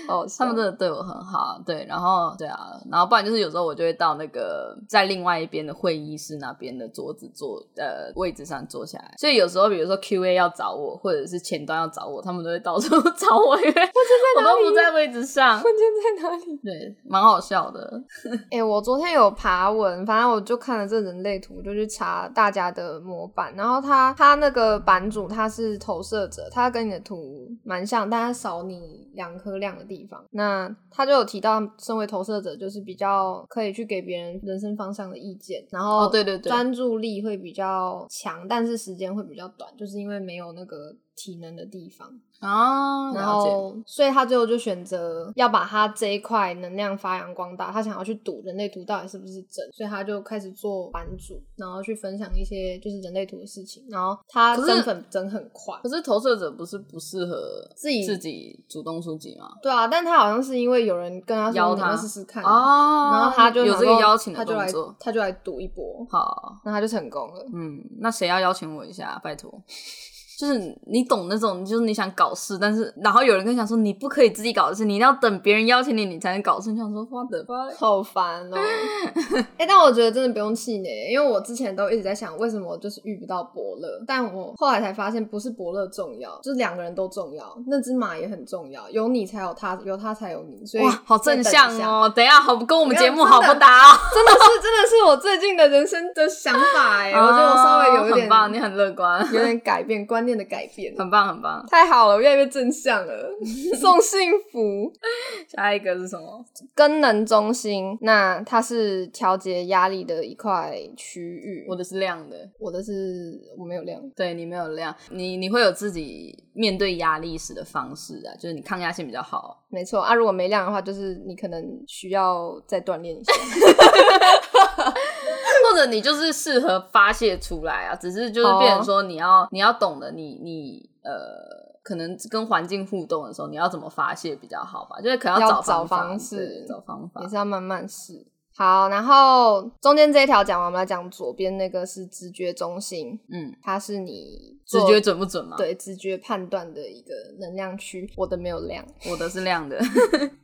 A: 哦，
B: 他们真的对我很好，对，然后对啊，然后不然就是有时候我就会到那个在另外一边的会议室那边的桌子坐呃位置上坐下来，所以有时候比如说 Q A 要找我，或者是前端要找我，他们都会到处 找我，因为我
A: 哪里
B: 都不在位置上，
A: 关键在哪里？
B: 对，蛮好笑的，
A: 哎、我昨天有爬文，反正我就看了这人类图，就去查大家的模板。然后他他那个版主他是投射者，他跟你的图蛮像，但他少你两颗亮的地方。那他就有提到，身为投射者就是比较可以去给别人人生方向的意见，然后
B: 哦对对对
A: 专注力会比较强，但是时间会比较短，就是因为没有那个体能的地方。
B: 啊，
A: 然
B: 了解，
A: 后，所以他最后就选择要把他这一块能量发扬光大，他想要去赌人类图到底是不是真，所以他就开始做版主，然后去分享一些就是人类图的事情，然后他
B: 可是
A: 增粉增很快。
B: 可是投射者不是不适合
A: 自己
B: 自己主动出击吗？
A: 对啊，但他好像是因为有人跟他
B: 邀
A: 说你
B: 他
A: 要试试看，
B: 哦
A: 嗯然后他就
B: 有
A: 想
B: 这个
A: 说
B: 邀请
A: 他
B: 的
A: 就
B: 动
A: 来
B: 作，
A: 他就来赌一 波，
B: 好。
A: 那他就成功了。
B: 嗯，那谁要邀请我一下？啊拜托，就是你懂那种，就是你想搞事，但是然后有人跟你讲说你不可以自己搞事，你一定要等别人邀请你，你才能搞事。你想说 what the fuck？
A: 好烦哦、 哎、但我觉得真的不用气馁，因为我之前都一直在想，为什么我就是遇不到伯乐？但我后来才发现，不是伯乐重要，就是两个人都重要，那只马也很重要，有你才有他，有他才有你，所以
B: 哇，好正
A: 再等一
B: 向
A: 下。
B: 哦！等一下，好不跟我们
A: 没有
B: 节目
A: 真
B: 好
A: 的
B: 不搭哦。
A: 真的是，真的是我最近的人生的想法哎、我觉得我稍微有一
B: 哦
A: 点，
B: 很棒，你很乐观，
A: 有点改变观念的改变，
B: 很棒很棒。
A: 太好了，我越来越正向了，送幸福。
B: 下一个是什么？
A: 根能中心，那它是调节压力的一块区域。
B: 我的是亮的，
A: 我的是我没有亮，
B: 对你没有亮，你你会有自己面对压力时的方式啊，就是你抗压性比较好。
A: 没错啊。如果没亮的话，就是你可能需要再锻炼一下。
B: 或者你就是适合发泄出来啊，只是就是
A: 哦
B: 变成说你要、你要懂得你你呃，可能跟环境互动的时候，你要怎么发泄比较好吧？就是可能
A: 要
B: 找
A: 找
B: 方
A: 方式
B: 对找方法
A: 也。是要慢慢试。好，然后中间这一条讲完，我们来讲左边那个是直觉中心，
B: 嗯，
A: 它是你
B: 直
A: 做
B: 觉准不准嘛？，
A: 对直觉判断的一个能量区。我的没有亮，
B: 我的是亮的，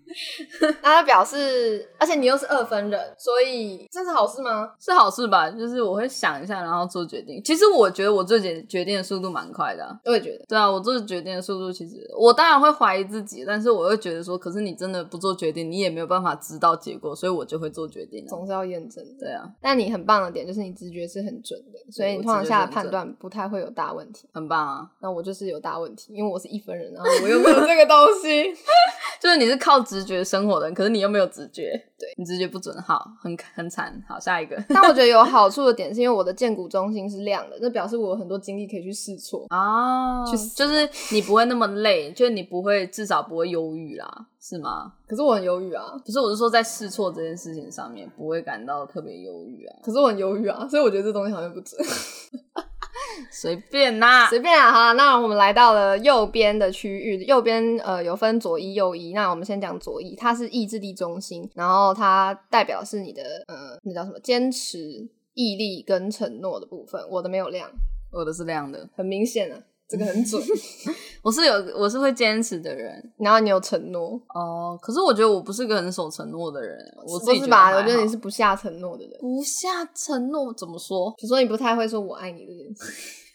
A: 那它表示，而且你又是二分人，所以这是好事吗？
B: 是好事吧？就是我会想一下，然后做决定。其实我觉得我做决决定的速度蛮快的啊、
A: 我也觉得，
B: 对啊，我做决定的速度其实，我当然会怀疑自己，但是我又觉得说，可是你真的不做决定，你也没有办法知道结果，所以我就会做决定、啊。
A: 总是要验证的。
B: 对啊，
A: 但你很棒的点就是你直觉是很准的，所以你
B: 我
A: 通常
B: 直觉
A: 下
B: 是很
A: 的判
B: 准
A: 断不太会有大问题。
B: 很棒啊！
A: 那我就是有大问题，因为我是一分人，然后我又没有这个东西。
B: 就是你是靠直觉生活的人，可是你又没有直觉，
A: 对
B: 你直觉不准，好，很很惨。好，下 一个
A: 但我觉得有好处的点是因为我的荐股中心是亮的，这表示我有很多精力可以去试错。
B: 啊，
A: 去死
B: 就是你不会那么累，就是你不会至少不会忧郁啦，是吗？
A: 可是我很忧郁啊，
B: 可是我是说在试错这件事情上面，不会感到特别忧郁啊，
A: 可是我很忧郁啊，所以我觉得这东西好像不准。
B: 随便 啦。
A: 随便啊，好啦，那我们来到了右边的区域，右边呃有分左一右一，那我们先讲左一，它是意志力中心，然后它代表是你的呃那叫什么坚持、毅力跟承诺的部分。我的没有亮，
B: 我的是亮的，
A: 很明显啊，这个很准。
B: 我是有我是会坚持的人
A: 然后你有承诺，
B: 哦，可是我觉得我不是个很守承诺的人，我自
A: 不
B: 己
A: 是吧？
B: 还好
A: 我觉得你是不下承诺的人。
B: 不下承诺，怎么说？
A: 比如说你不太会说“我爱你”这件事，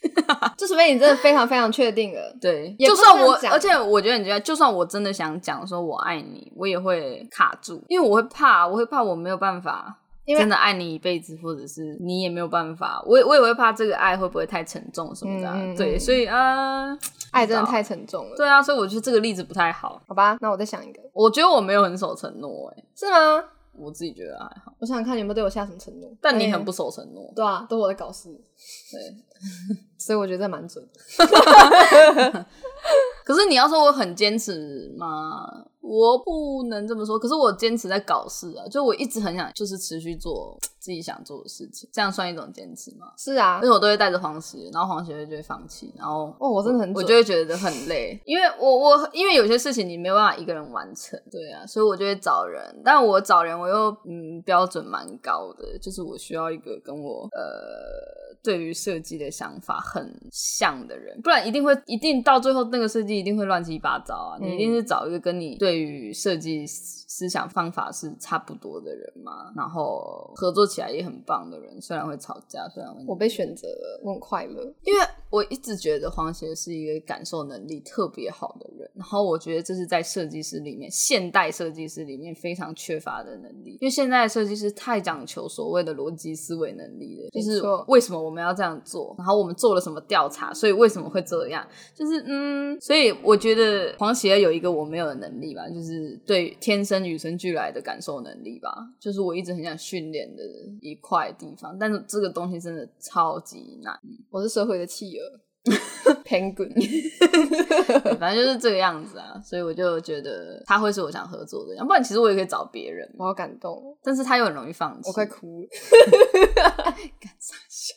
A: 就除非你真的非常非常确定 了。
B: 对，
A: 也
B: 就
A: 不能
B: 算
A: 这样
B: 我，
A: 讲
B: 而且我觉得你觉得，就算我真的想讲说我爱你，我也会卡住，因为我会怕，我会怕我没有办法
A: 因为
B: 真的爱你一辈子，或者是你也没有办法，我也我也会怕这个爱会不会太沉重什么的啊、
A: 嗯嗯
B: 对，
A: 嗯
B: 所以啊、呃
A: 爱真的太沉重了。
B: 对啊，所以我觉得这个例子不太好。
A: 好吧，那我再想一个，
B: 我觉得我没有很守承诺、欸，
A: 是吗？
B: 我自己觉得还好，
A: 我想想看你有没有对我下什么承诺。
B: 但你
A: 哎
B: 很不守承诺，
A: 对啊，都我在搞事，
B: 对。
A: 所以我觉得这蛮准的。
B: 可是你要说我很坚持吗？我不能这么说，可是我坚持在搞事啊，就我一直很想就是持续做自己想做的事情，这样算一种坚持吗？
A: 是啊
B: 而，且我都会带着黄喜，然后黄喜就会放弃，然后
A: 哦，我真的很
B: 我
A: 准
B: 就会觉得很 累，因为我我因为有些事情你没有办法一个人完成，对啊，所以我就会找人，但我找人我又嗯标准蛮高的，就是我需要一个跟我呃对于设计的想法很像的人，不然一定会一定到最后那个设计一定会乱七八糟啊，你
A: 嗯
B: 一定是找一个跟你对于设计思思想方法是差不多的人嘛，然后合作起来也很棒的人，虽然会吵架，虽然会
A: 我被选择了，我很快乐。
B: 因为我一直觉得黄杰是一个感受能力特别好的人，然后我觉得这是在设计师里面，现代设计师里面非常缺乏的能力。因为现在的设计师太讲求所谓的逻辑思维能力了，就
A: 没
B: 是
A: 错
B: 为什么我们要这样做，然后我们做了什么调查，所以为什么会这样，就是嗯，所以我觉得黄喜儿有一个我没有的能力吧，就是对天生与生俱来的感受能力吧，就是我一直很想训练的一块地方，但是这个东西真的超级难。
A: 我是社会的企鹅 ，penguin。
B: 对反正就是这个样子啊，所以我就觉得他会是我想合作的人，不然其实我也可以找别人，
A: 我好感动，哦
B: 但是他又很容易放弃。
A: 我快哭了。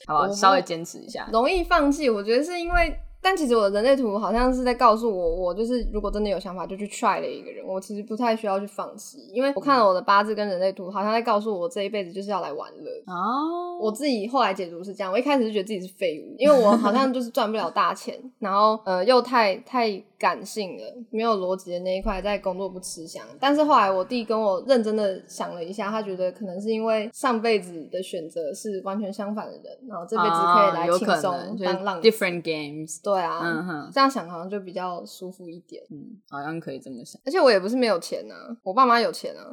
B: 好吧，
A: 我
B: 稍微坚持一下。
A: 容易放弃，我觉得是因为，但其实我的人类图好像是在告诉我，我就是如果真的有想法就去 try 的一个人，我其实不太需要去放弃，因为我看了我的八字跟人类图，好像在告诉我这一辈子就是要来玩乐。
B: 哦，
A: 我自己后来解读是这样，我一开始就觉得自己是废物，因为我好像就是赚不了大钱，然后呃又太太感性了，没有逻辑的那一块在工作不吃香。但是后来我弟跟我认真的想了一下，他觉得可能是因为上辈子的选择是完全相反的人，然后这辈子可以来
B: 哦有
A: 轻
B: 可能
A: 松
B: 就
A: 当浪子。
B: 是 different games。
A: 对啊，
B: 嗯哼，
A: 这样想好像就比较舒服一点。
B: 嗯，好像可以这么想。
A: 而且我也不是没有钱啊，我爸妈有钱啊。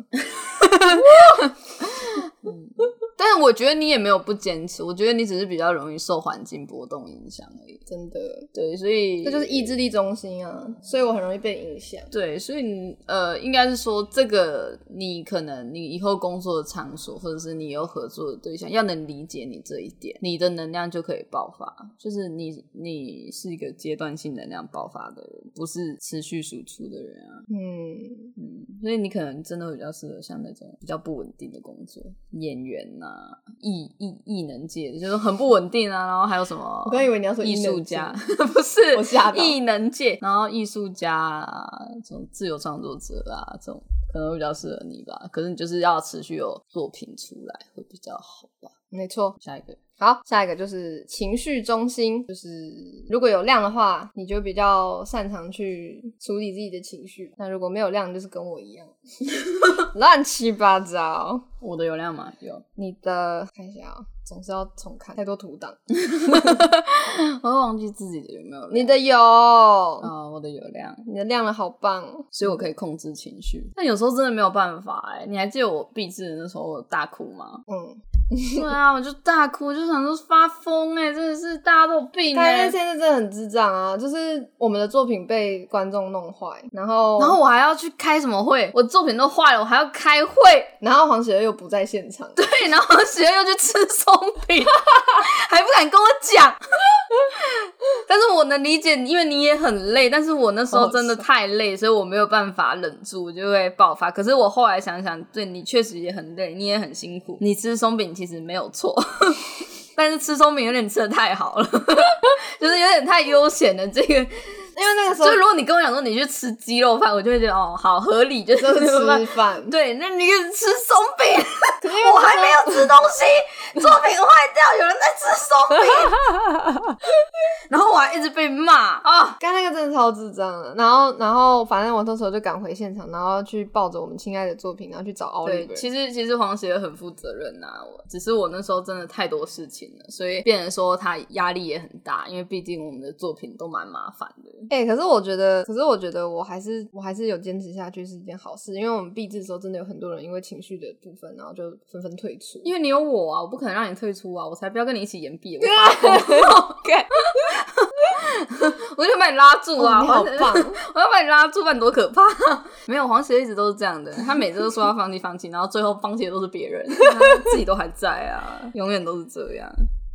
B: 但是我觉得你也没有不坚持，我觉得你只是比较容易受环境波动影响而已。
A: 真的，
B: 对，所以
A: 这就是意志力中心啊，所以我很容易被影响。
B: 对，所以你呃，应该是说这个你可能你以后工作的场所，或者是你有合作的对象，要能理解你这一点，你的能量就可以爆发。就是你你是一个阶段性能量爆发的人，不是持续输出的人啊。
A: 嗯，
B: 嗯，所以你可能真的会比较适合像那种比较不稳定的工作，演员呐、艺艺艺能界的就是很不稳定啊。然后还有什么？
A: 我刚以为你要说
B: 艺术
A: 能界
B: 家， 不是
A: 我吓到
B: 艺能界，然后艺术家啊，这种自由创作者啊，这种可能会比较适合你吧。可是你就是要持续有作品出来会比较好吧。
A: 没错。
B: 下一个，
A: 好，下一个就是情绪中心，就是如果有量的话，你就比较擅长去处理自己的情绪；那如果没有量，就是跟我一样， 乱七八糟。
B: 我的流量吗？ 有，
A: 你的看一下啊、总是要重看，太多图档。
B: 我会忘记自己的有没有量
A: 你的有，
B: 啊、我的流量。
A: 你的量了好棒，？
B: 所以我可以控制情绪，但有时候真的没有办法哎、你还记得我闭智的那时候我大哭吗
A: 嗯，
B: 对啊，我就大哭，就想说发疯哎、真的是大家都有病
A: 但
B: 哎、
A: 是现在真的很智障啊！就是我们的作品被观众弄坏，然后
B: 然后我还要去开什么会？我作品都坏了，我还要开会。
A: 然后黄雪又不在现场，
B: 对，然后学又去吃松饼，还不敢跟我讲。 但是我能理解，因为你也很累，但是我那时候
A: 哦
B: 真的太累，所以我没有办法忍住，我就会爆发。可是我后来想想，对你确实也很累，你也很辛苦，你吃松饼其实没有错， 但是吃松饼有点吃的太好了， 就是有点太悠闲了。这个，
A: 因为那个时候
B: 就如果你跟我讲说你去吃鸡肉饭，我就会觉得哦，好合理，就是
A: 就是吃饭，
B: 对，那你吃松饼。
A: 可是因为
B: 我还没有吃东西，作品坏掉，有人在吃松饼， 然后我还一直被骂啊！
A: 刚那个真的超智障的，然后然后反正我那时候就赶回现场，然后去抱着我们亲爱的作品，然后去找奥利
B: 对，
A: 弗。
B: 其实其实黄喜儿很负责任呐、我只是我那时候真的太多事情了，所以变成说他压力也很大，因为毕竟我们的作品都蛮麻烦的。
A: 哎、可是我觉得，可是我觉得我还是我还是有坚持下去是一件好事，因为我们毕制的时候真的有很多人因为情绪的部分，然后就纷纷退 出。
B: 因为你有我啊，我不可能让你退出啊，我才不要跟你一起延毕，我发 疯我就把你拉住啊，
A: 哦哇，你好棒！
B: 我要把你拉住，不然多可怕！ 没有，黄鞋一直都是这样的，他每次都说要 放弃放弃，然后最后放弃的都是别人，他自己都还在啊，永远都是这样。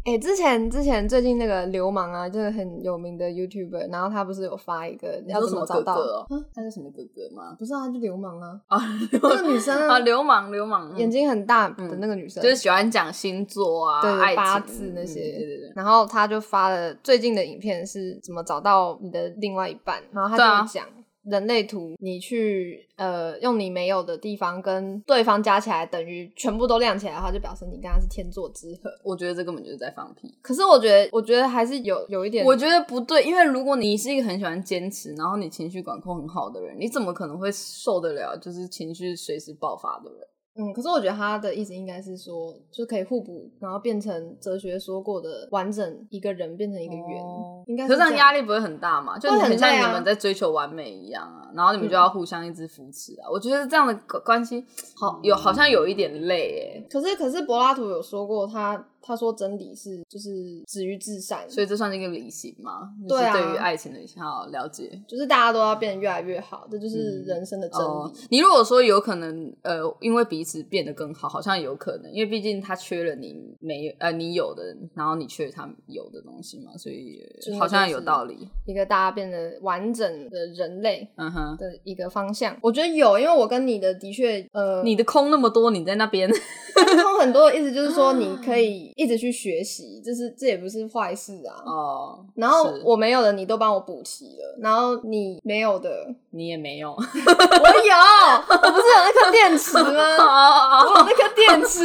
A: 哎、之前之前最近那个流氓啊，就是很有名的 YouTuber，然后他不是有发一个
B: 你
A: 要
B: 说
A: 怎
B: 什么
A: 找
B: 哥哥
A: 到？
B: 哦？啊他是什么哥哥吗？
A: 不是啊，就流氓 啊，
B: 啊，
A: 那个女生啊
B: 啊，流氓流氓，嗯
A: 眼睛很大的那个女生，
B: 就是喜欢讲星座啊、
A: 对
B: 爱情
A: 八字那
B: 嗯
A: 些
B: 对对对。
A: 然后他就发了最近的影片是怎么找到你的另外一半，然后他
B: 对啊
A: 就讲人类图，你去呃用你没有的地方跟对方加起来等于全部都亮起来的话，就表示你跟他是天作之合。
B: 我觉得这根本就是在放屁。
A: 可是我觉得，我觉得还是有有一点，
B: 我觉得不对，因为如果你是一个很喜欢坚持，然后你情绪管控很好的人，你怎么可能会受得了就是情绪随时爆发的人？
A: 嗯，可是我觉得他的意思应该是说，就可以互补，然后变成哲学说过的完整一个人变成一个圆，
B: 哦
A: 应该
B: 可
A: 是
B: 是这样压
A: 力。
B: 力不会很大嘛？就
A: 会
B: 你
A: 很
B: 很像
A: 累啊嗯
B: 你们在追求完美一样啊，然后你们就要互相一直扶持啊。我觉得这样的关关系好有好像有一点累耶，
A: 可是可是柏拉图有说过他他说真理是就是止于至善，
B: 所以这算是一个理性嘛？
A: 对啊
B: 就是对于爱情的理性好了解。
A: 就是大家都要变得越来越好，这就是
B: 嗯
A: 人生的真理。
B: 哦，你如果说有可能，呃，因为彼此变得更好，好像有可能，因为毕竟他缺了你没有，呃，你有的，然后你缺他有的东西嘛，所以
A: 就是
B: 好像有道理。
A: 一个大家变得完整的人类
B: 嗯哼，
A: 的一个方向，我觉得有，因为我跟你的的确， 呃，
B: 你的空那么多，你在那边，
A: 通很多的意思就是说，你可以一直去学习，这是这也不是坏事啊。
B: 哦，
A: 然后
B: 是
A: 我没有的你都帮我补齐了，然后你没有的
B: 你也 没有，
A: 我有，我不是有那颗电池 吗？我
B: 哦，
A: 有那颗电 池，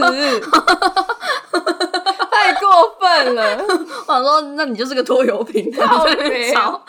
A: 太过分了，
B: 我想说，那你就是个拖 油瓶，
A: 靠
B: 在那
A: 北
B: 边吵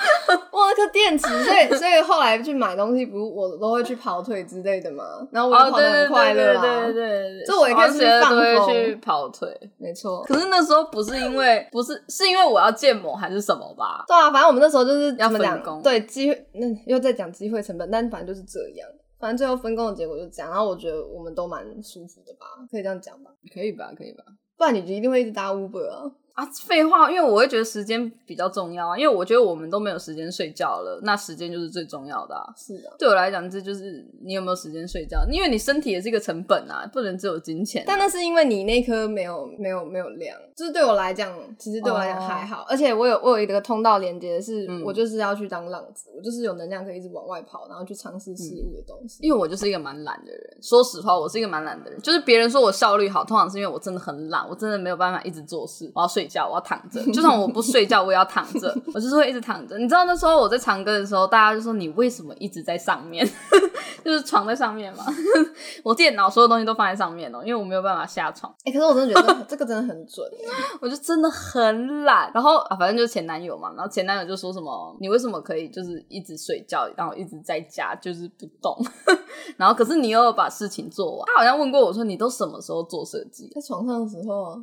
A: 我有那颗电池，所 以所以后来去买东西，不是我都会去跑腿之类的嘛，然后我
B: 哦，
A: 就跑
B: 对
A: 得
B: 对
A: 很快乐
B: 对
A: 啊，
B: 对对对，
A: 这我也可以
B: 而
A: 去
B: 且
A: 放
B: 都会
A: 风
B: 去跑腿。
A: 没错。
B: 可是那时候不是因为，不是是因为我要建模还是什么吧？
A: 对啊，反正我们那时候就是
B: 要
A: 怎么
B: 分
A: 讲
B: 工
A: 对机会，那又在讲机会成本，但反正就是这样。反正最后分工的结果就是这样，然后我觉得我们都蛮舒服的吧，可以这样讲吧？
B: 可以吧，可以吧。
A: 不然你就一定会一直搭 Uber 啊。
B: 啊，废话，因为我会觉得时间比较重要啊，因为我觉得我们都没有时间睡觉了，那时间就是最重要的啊。
A: 是啊，
B: 对我来讲，这就是你有没有时间睡觉，因为你身体也是一个成本啊，不能只有金钱啊、
A: 但那是因为你那颗没有没有没有亮，就是对我来讲，其实对我来讲
B: 哦
A: 还好。而且我有我有一个通道连接是，
B: 嗯
A: 我就是要去当浪子，我就是有能量可以一直往外跑，然后去尝
B: 嗯
A: 试事物的东西。
B: 因为我就是一个蛮懒的人，说实话，我是一个蛮懒的人。就是别人说我效率好，通常是因为我真的很懒，我真的没有办法一直做事，我要睡觉，我要躺着。就算我不睡觉，我也要躺着，我就是会一直躺着。你知道那时候我在长庚的时候，大家就说你为什么一直在上面， 就是床在上面嘛。 我电脑所有东西都放在上面哦，因为我没有办法下床，
A: 哎、可是我真的觉得这这个真的很准、欸
B: 我就真的很懒。然后啊，反正就是前男友嘛，然后前男友就说什么你为什么可以就是一直睡觉，然后一直在家就是不动， 然后可是你又有把事情做完。他好像问过我说你都什么时候做设计？
A: 在床上的时候啊，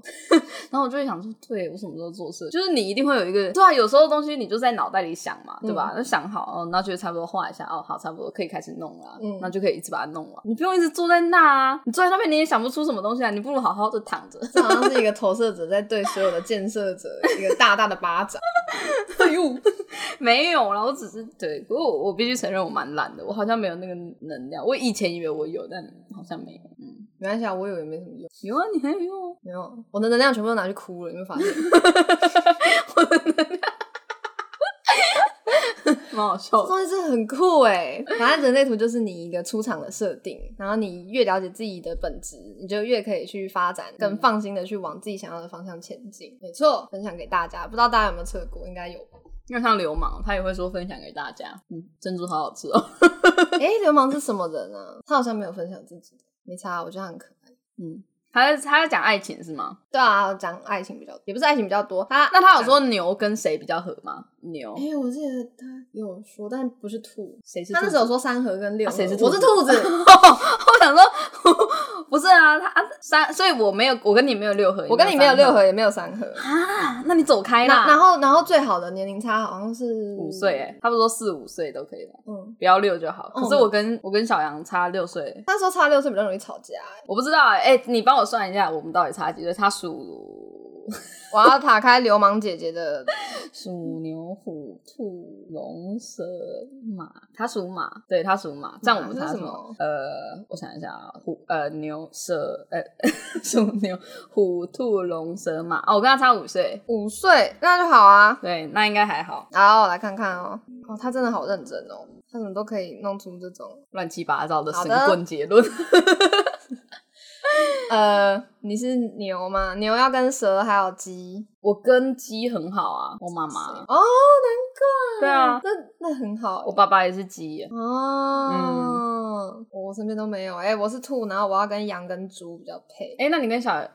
B: 然后我就会想说，对我什么时候做设计？就是你一定会有一个对啊，有时候东西你就在脑袋里想嘛，对吧？就想好哦，那觉得差不多画一下哦，好，差不多可以开始弄了，
A: 嗯
B: 那就可以一直把它弄完。你不用一直坐在那啊，你坐在那边你也想不出什么东西啊来，你不如好好的躺着。
A: 这好像是一个投射者在对所有的建设者一个大大的巴掌。哎呦，
B: 没有啦，我只是对，不过我我必须承认我蛮懒的，我好像没有那个能量。我以前以为我有，但好像没有。嗯，
A: 没关系啊，我以为没什么用，
B: 有啊，你还有用啊。
A: 没有，我的能量全部都拿去哭了，你会发现？
B: 蛮好
A: 这
B: 笑的。
A: 东西真的很酷哎！反正人类图就是你一个出场的设定，然后你越了解自己的本质，你就越可以去发展，更放心的去往自己想要的方向前进。没错，分享给大家，不知道大家有没有测过？应该有 吧？
B: 要像流氓，他也会说分享给大家。嗯，珍珠好好吃哦。
A: 哎、流氓是什么人啊？他好像没有分享自己，没差，我觉得他很可爱。
B: 嗯，他在他在讲爱情是吗？
A: 对啊，讲爱情比较，也不是爱情比较 多。啊他
B: 那他有说牛跟谁比较合吗？牛
A: 哎、我记得他有说，但不是兔。
B: 谁是兔子？
A: 他那时候说三合跟六
B: 啊
A: 合，
B: 谁是
A: 我是兔子，
B: 我想说， 不是啊，他啊三，所以我没有，我跟你没有六合，
A: 我跟你没有六
B: 三
A: 合，也没有三合。
B: 啊，那你走开啦。
A: 那啊然后然后最好的年龄差好像是
B: 五岁，哎，他不是说四五岁都可以了，
A: 嗯，
B: 不要六就好。
A: 嗯
B: 可是我跟我跟小杨差六岁，
A: 那时候差六岁比较容易吵架、
B: 啊 我不知道哎、欸你帮我算一下，我们到底差几岁？差数我。
A: 我要打开流氓姐姐 的，
B: 鼠、牛、虎、兔、龙、蛇、马，它属马，对，它属马。这样我们
A: 那是
B: 猜它
A: 什
B: 什
A: 么
B: 么？呃，我想一下啊，虎呃牛蛇呃 属牛虎兔龙蛇马。哦，我跟他差五岁，
A: 五岁那就好啊。
B: 对，那应该还好，
A: 然后我来看看哦，哦，他真的好认真哦，他怎么都可以弄出这种。
B: 乱七八糟的
A: 好
B: 神
A: 的
B: 棍结论。
A: 呃，你是牛吗？牛要跟蛇还有鸡
B: 我跟鸡很好啊，我妈妈，
A: 哦，难怪。
B: 对啊
A: 那那很好欸。
B: 我爸爸也是鸡耶。
A: 哦，
B: 嗯
A: 我身边都没有。哎、我是兔，然后我要跟羊跟猪比较配。
B: 哎、那你跟小哎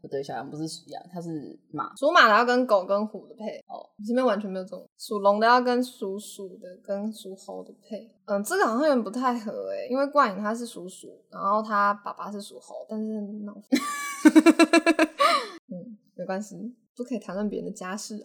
B: 不对，小羊不是属羊，它是马。
A: 属马的要跟狗跟虎的配
B: 哦，
A: 我身边完全没有这种。属龙的要跟属鼠的跟属猴的配，嗯，这个好像有点不太合欸诶、因为冠颖他是属鼠，然后他爸爸是属猴，但是闹 翻，嗯，没关系，不可以谈论别人的家啊事。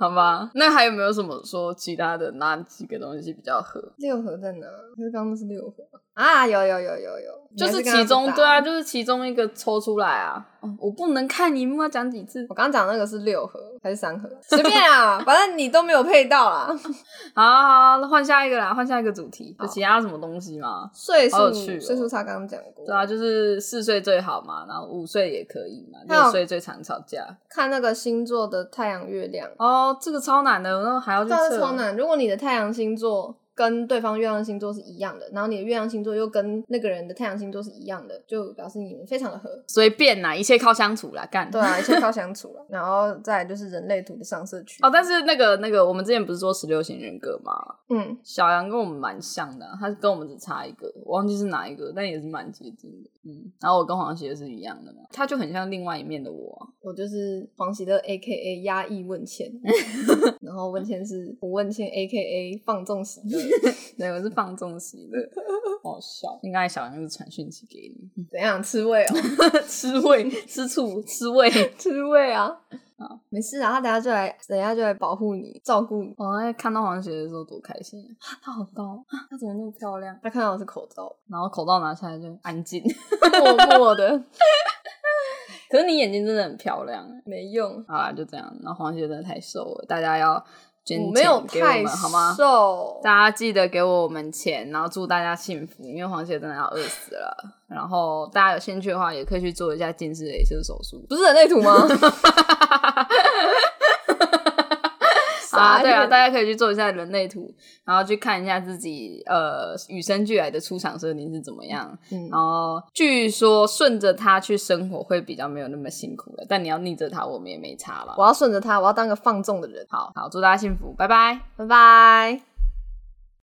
B: 好吧，那还有没有什么说其他的哪几个东西比较合？
A: 六合在哪？可是刚刚那是六合啊，有有有有有，
B: 就
A: 你还
B: 是
A: 跟他
B: 其中
A: 不搭
B: 对啊，，就是其中一个抽出来啊。哦我不能看荧幕，要讲几次
A: 我？刚刚讲那个是六合还是三合？随便啊，反正你都没有配到啦。
B: 好好，好换下一个啦，换下一个主题。
A: 好
B: 有其他什么东西吗？
A: 岁数、
B: 好有趣哦
A: 岁数差刚刚讲过，
B: 对啊，就是四岁最好嘛，然后五岁也可以嘛，
A: 还有
B: 六岁最常吵架。
A: 看那个星座的太阳、月亮，
B: 哦，这个超难的，然后还要去
A: 这
B: 测。
A: 是哦超难。如果你的太阳星座跟对方月亮星座是一样的，然后你的月亮星座又跟那个人的太阳星座是一样的，就表示你们非常的合。
B: 随便啦，一切靠相处啦，干。
A: 对啊，一切靠相处了。 然后再来就是人类图的上色区。
B: 哦，但是那个那个，我们之前不是说十六型人格吗？
A: 嗯，
B: 小杨跟我们蛮像的啊、他跟我们只差一个，我忘记是哪一个，但也是蛮接近的。嗯，然后我跟黄杰是一样的嘛，他就很像另外一面的我啊、
A: 我就是黄喜乐 A K A 压抑问 谦，然后问谦是吴问谦 A K A 放纵喜 乐。
B: 对，我是放纵型的，好笑。应该小杨是传讯息给你，
A: 怎样吃味 哦？
B: 吃味、吃醋、吃味。
A: 吃味啊！好，没事啊，他等下就来，等下就来保护你，照顾你。
B: 我在看到黄杰的时候多开心啊！啊她好高，啊她怎么那么漂亮？
A: 他看到的是口罩，
B: 然后口罩拿下来就安 静。
A: 默默的
B: 可是你眼睛真的很漂亮欸。
A: 没用。
B: 好啦，就这样。那黄杰真的太瘦了，大家要捐
A: 我
B: 钱
A: 没有
B: 给我
A: 太
B: 们好吗？
A: 瘦，
B: 大家记得给我们钱，然后祝大家幸福，因为黄姐真的要饿死了。然后大家有兴趣的话，也可以去做一下近视雷射手术。
A: 不是人类 图吗？
B: 啊，
A: 傻眼
B: 对 啊，大家可以去做一下人类图，然后去看一下自己呃与生俱来的出场设定是怎么样。
A: 嗯
B: 然后据说顺着它去生活会比较没有那么辛苦了，但你要逆着它，我们也没差了
A: 我。要顺着他，我要当个放纵的人。
B: 好好，祝大家幸福，拜拜。
A: 拜拜。